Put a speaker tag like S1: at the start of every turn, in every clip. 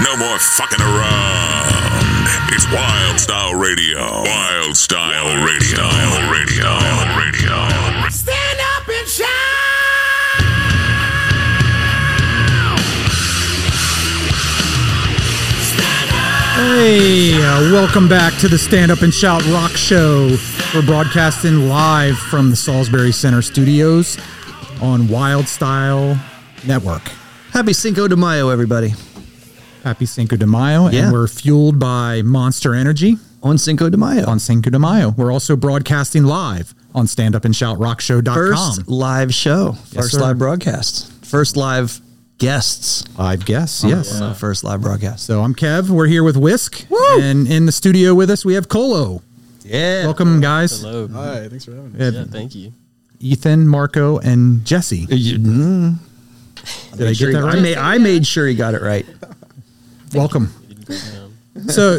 S1: You're fucking around. It's Wild Style Radio. Wild Style Radio. Style Radio. Radio.
S2: Stand up and shout!
S3: Hey, uh, welcome back to the Stand Up and Shout Rock Show. We're broadcasting live from the Salisbury Center Studios on Wild Style Network.
S4: Happy Cinco de Mayo, everybody.
S3: Happy Cinco de Mayo,
S4: Yeah.
S3: and we're fueled by Monster Energy
S4: On Cinco de Mayo.
S3: on Cinco de Mayo. We're also broadcasting live on standupandshout.rockshow.com.
S4: first live show, first
S3: sir.
S4: live broadcast, first live guests.
S3: live guess, yes.
S4: So first live broadcast.
S3: Um, So I'm Kev. We're here with Whisk, and in the studio with us we have Colo.
S4: Yeah.
S3: Welcome, guys.
S5: Hello.
S6: Hi, thanks for having me.
S3: We have
S5: Yeah, thank you.
S3: Ethan, Marco, and Jesse. Did I get that right?
S4: I made, I made sure he got it right.
S3: Welcome. So,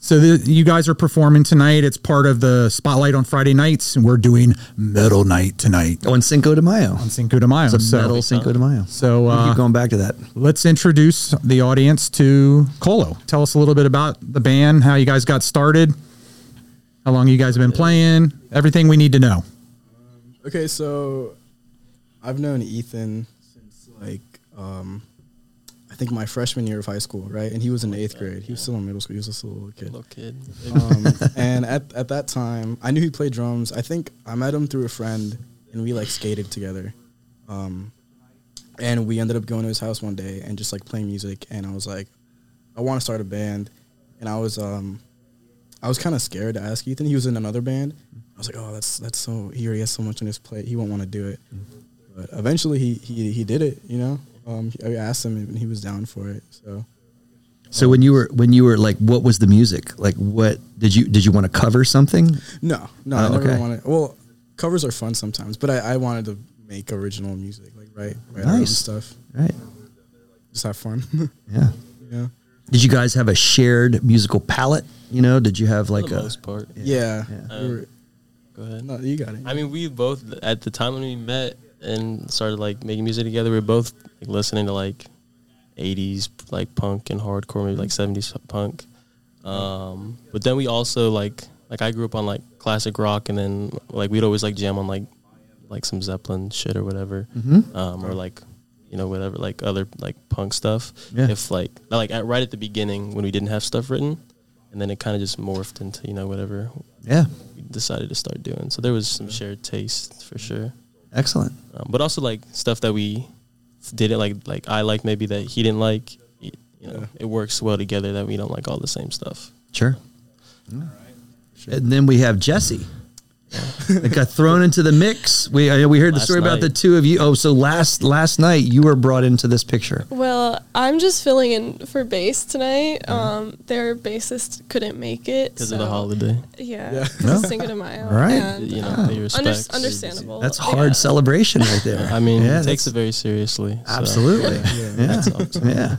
S3: so the, you guys are performing tonight. It's part of the spotlight on Friday nights, and we're doing metal night tonight
S4: On Cinco de Mayo.
S3: on Cinco de Mayo.
S4: Oh. It's a
S3: so,
S4: metal Cinco de Mayo.
S3: so
S4: We
S3: uh,
S4: keep going back to that.
S3: let's introduce the audience to Colo. Tell us a little bit about the band, how you guys got started, how long you guys have been playing, everything we need to know.
S6: Okay, so I've known Ethan since like um, I think my freshman year of high school, right? And he was in eighth grade. He was still in middle school. He was just a little kid.
S5: Little kid.
S6: Um, and at at that time, I knew he played drums. I think I met him through a friend, and we like skated together. Um, and we ended up going to his house one day and just like playing music. And I was like, I want to start a band. And I was um, I was kind of scared to ask Ethan. He was in another band. I was like, oh, that's that's so he already has so much on his plate. He won't want to do it.
S4: Mm-hmm.
S6: But eventually, he he he did it. You know, um, I asked him and he was down for it. So.
S4: So when you were when you were like, what was the music? Like, what did you did you want to cover something?
S6: No, no,
S4: Oh,
S6: I never
S4: okay.
S6: wanted. Well, covers are fun sometimes, but I, I wanted to make original music, like write, write our own
S4: Nice.
S6: stuff,
S4: Right.
S6: just have fun.
S4: Yeah.
S6: yeah,
S4: Did you guys have a shared musical palette? You know, did you have
S5: For
S4: like
S5: the
S4: a
S5: most part.
S6: yeah.
S4: Yeah.
S6: We were-
S5: Go ahead.
S6: no, you got it.
S5: I mean, we both at the time when we met and started like making music together, we were both like, listening to like '80s like punk and hardcore, maybe like '70s punk. Um, but then we also like like I grew up on like classic rock, and then like we'd always like jam on like like some Zeppelin shit or whatever, um, or like you know whatever like other like punk stuff.
S4: Yeah.
S5: If like like at, right at the beginning when we didn't have stuff written, and then it kind of just morphed into you know whatever
S4: yeah?
S5: we decided to start doing. So there was some shared taste for sure,
S4: Excellent.
S5: um, but also like stuff that we didn't like. Like I like maybe that he didn't like. You know, it works well together that we don't like all the same stuff.
S4: Sure.
S5: Mm.
S4: And then we have Jesse that got thrown into the mix. We I, we heard the
S5: Last
S4: story about the
S5: night.
S4: two of you. Oh, so last last night you were brought into this picture.
S7: Well, I'm just filling in for bass tonight. Um, their bassist couldn't make it
S5: Because
S7: so,
S5: of the holiday,
S7: Yeah,
S6: Yeah.
S7: yeah. Cinco de Mayo.
S4: right.
S7: and,
S5: you know,
S7: um,
S5: pay
S7: under-
S5: respects.
S7: understandable.
S4: That's hard
S7: Yeah.
S4: celebration right there.
S5: Oh, I mean,
S4: Yeah,
S5: he takes
S4: that's-
S5: it very seriously. so-
S4: absolutely.
S6: Yeah.
S4: yeah. Yeah.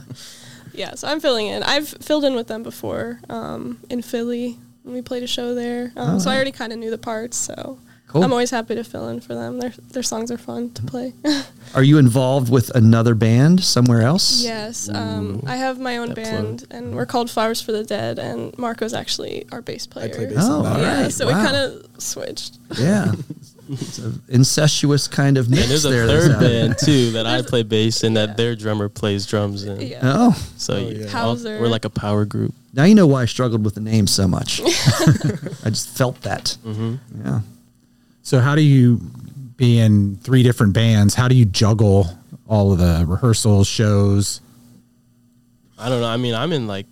S7: Yeah, so I'm filling in. I've filled in with them before um, in Philly when we played a show there. Um, so I already kind of knew the parts. So
S4: Oh, Cool.
S7: I'm always happy to fill in for them. Their their songs are fun to play.
S4: Are you involved with another band somewhere else?
S7: yes, um, I have my own
S5: That Mm-hmm.
S7: band, and we're called Flowers for the Dead. And Marco's actually our bass player.
S6: play bass.
S4: Oh, all right.
S7: yeah, so
S4: wow.
S7: we kind of switched.
S4: yeah. It's an incestuous kind of mix
S5: And there's a
S4: there. that's
S5: third
S4: happening.
S5: band too that I play bass in that their drummer plays drums in.
S7: Yeah.
S4: Oh,
S5: So you-
S6: yeah.
S5: all-
S7: Hauser.
S5: we're like a power group.
S4: now you know why I struggled with the name so much. I just felt that.
S5: Mm-hmm.
S4: Yeah.
S3: So how do you be in three different bands? How do you juggle all of the rehearsals, shows?
S5: I don't know. I mean, I'm in like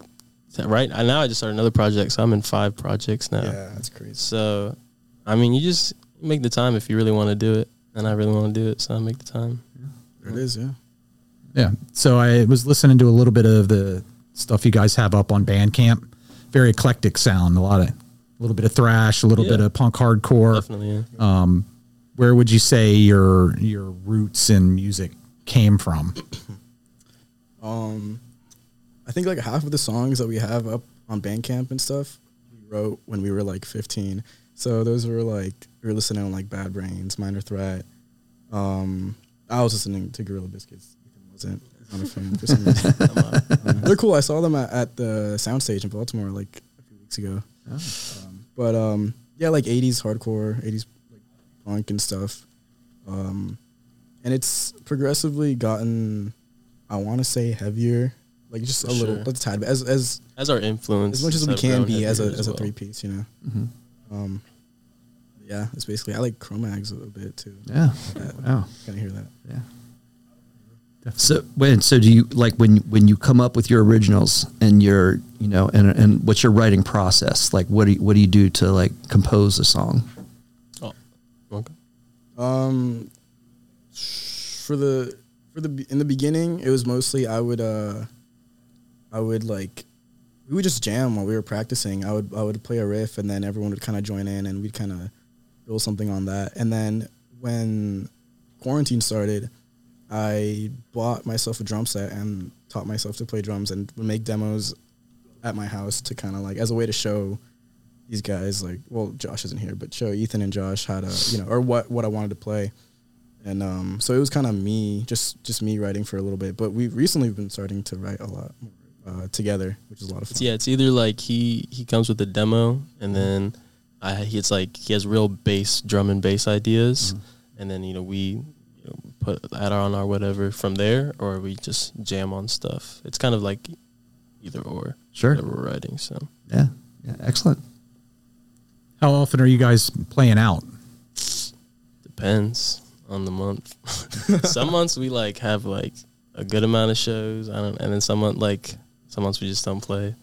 S5: right I- now. I just started another project, so I'm in five projects now.
S6: yeah, that's crazy.
S5: So, I mean, you just make the time if you really want to do it, and I really want to do it, so I make the time.
S6: There it is. Yeah,
S3: Yeah. So I was listening to a little bit of the stuff you guys have up on Bandcamp. Very eclectic sound. A lot of a little bit of thrash, a little
S5: Yeah.
S3: bit of punk hardcore.
S5: Definitely, yeah.
S3: Where would you say your your roots in music came from?
S6: I think like half of the songs that we have up on Bandcamp and stuff we wrote when we were like 15. So those were like we were listening to like Bad Brains, Minor Threat. Um, I was listening to Gorilla Biscuits. Ethan wasn't. Not a fan for some reason.
S5: I'm, uh,
S6: They're cool. I saw them at, at the soundstage in Baltimore like a few weeks ago.
S5: Oh.
S6: Um, but um, yeah, like '80s hardcore, '80s like, punk and stuff. Um, and it's progressively gotten, I want to say, heavier. Like just a
S5: For
S6: little,
S5: sure.
S6: just a tad bit. As as
S5: As our influence,
S6: as much as we
S5: have
S6: can
S5: grown
S6: be as a
S5: heavier
S6: as a
S5: well. Mm-hmm.
S6: three piece, you know. Um, yeah, it's basically I like Chromags a little bit too.
S4: Yeah.
S3: Oh,
S6: Gotta hear that.
S4: Yeah. So when so do you like when when you come up with your originals and your you know and and what's your writing process like what do you, what do you do to like compose a song?
S5: Oh, okay.
S6: Um, for the for the in the beginning, it was mostly I would uh, I would like we would just jam while we were practicing. I would I would play a riff, and then everyone would kind of join in, and we'd kind of build something on that. And then when quarantine started, I bought myself a drum set and taught myself to play drums and would make demos at my house to kind of like as a way to show these guys like well Josh isn't here but show Ethan and Josh how to you know or what what I wanted to play and um so it was kind of me just just me writing for a little bit but we recently been starting to write a lot uh, together which is a lot of fun
S5: It's, yeah, it's either like he he comes with a demo, and then I he- it's like he has real bass drum and bass ideas, and then you know we you know, put add on our whatever from there, or we just jam on stuff. It's kind of like either or.
S4: Sure.
S5: that we're writing. So
S4: Yeah. Yeah, excellent.
S3: how often are you guys playing out?
S5: depends on the month. some months we like have like a good amount of shows. I don't, and then some month like some months we just don't play.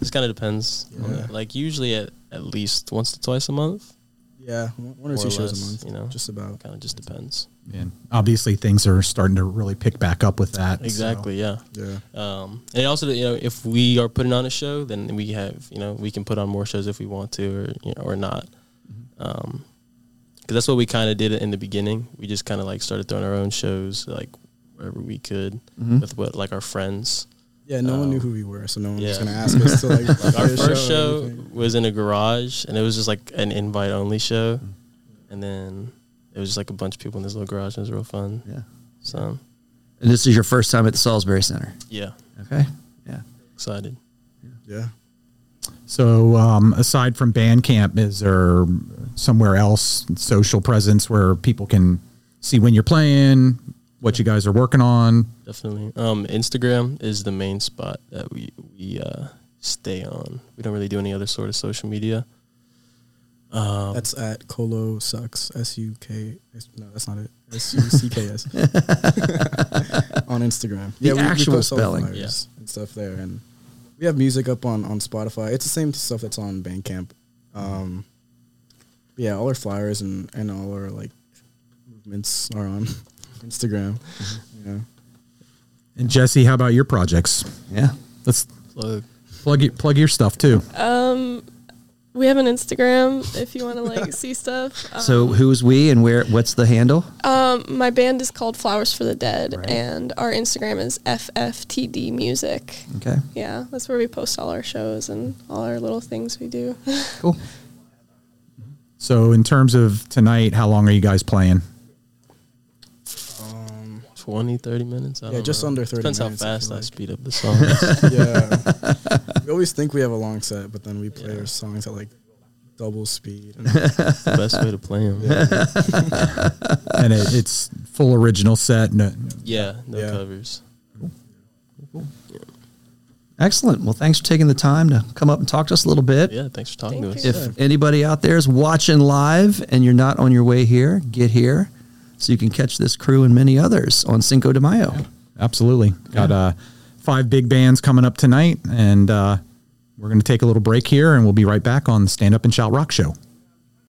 S5: Just kind of depends. on that. Like usually at at least once to twice a month.
S6: yeah one one or
S5: More
S6: two
S5: or
S6: shows
S5: less,
S6: a month
S5: you know.
S6: just about
S5: Kind of just depends.
S3: And obviously, things are starting to really pick back up with that. so-
S5: Exactly. Yeah.
S6: yeah
S5: Um, and it also, you know, if we are putting on a show, then we have, you know, we can put on more shows if we want to, or you know, or not. Um 'cause because that's what we kind of did in the beginning. We just kind of like started throwing our own shows, like wherever we could, with what like our friends.
S6: yeah no one knew
S5: Um,
S6: who we were so no one was
S5: yeah.
S6: gonna ask us to like,
S5: Like our
S6: play a
S5: first
S6: and
S5: show
S6: everything.
S5: was in a garage, and it was just like an invite only show, and then it was just like a bunch of people in this little garage. And it was real fun.
S4: Yeah.
S5: So
S4: And this is your first time at the Salisbury Center.
S5: yeah,
S4: Okay. Yeah.
S5: excited.
S6: yeah
S3: So, um, aside from Bandcamp, is there somewhere else social presence where people can see when you're playing, what you guys are working on?
S5: definitely. Um, Instagram is the main spot that we we uh, stay on. We don't really do any other sort of social media. Um,
S6: that's at Colo Sucks S U K no that's not it S U C K S on Instagram.
S4: The actual
S6: post all the
S4: spelling.
S6: flyers and stuff there, and we have music up on on Spotify. It's the same stuff that's on Bandcamp. Um, but yeah, all our flyers and and all our like movements are on Instagram.
S5: Mm-hmm.
S6: Yeah.
S3: And Jesse, how about your projects?
S4: Yeah.
S3: Let's
S5: Plug.
S3: plug y- plug your stuff too.
S7: We have an Instagram if you want to like see stuff. Um,
S4: So who's we and where what's the handle?
S7: my band is called Flowers for the Dead,
S4: Right.
S7: and our Instagram is FFTD Music.
S4: Okay.
S7: Yeah, that's where we post all our shows and all our little things we do.
S4: Cool.
S3: So, in terms of tonight, how long are you guys playing?
S6: Um,
S5: 20, 30 minutes. I
S6: Yeah,
S5: don't
S6: just
S5: know.
S6: under 30
S5: Depends
S6: minutes, I
S5: how fast
S6: feel
S5: I,
S6: like.
S5: speed up the songs.
S6: Yeah. we always think we have a long set, but then we play our songs at like double speed. And,
S5: Best way to play them. Yeah,
S3: And it, it's full original set. No,
S5: no
S6: Yeah.
S5: covers.
S4: Excellent. Well, thanks for taking the time to come up and talk to us a little bit.
S5: Yeah, thanks for talking
S7: Thank
S5: to us.
S7: you.
S4: If anybody out there is watching live and you're not on your way here, get here so you can catch this crew and many others on Cinco de Mayo.
S3: absolutely. Got uh, five big bands coming up tonight, and uh, we're going to take a little break here, and we'll be right back on the Stand Up and Shout Rock Show.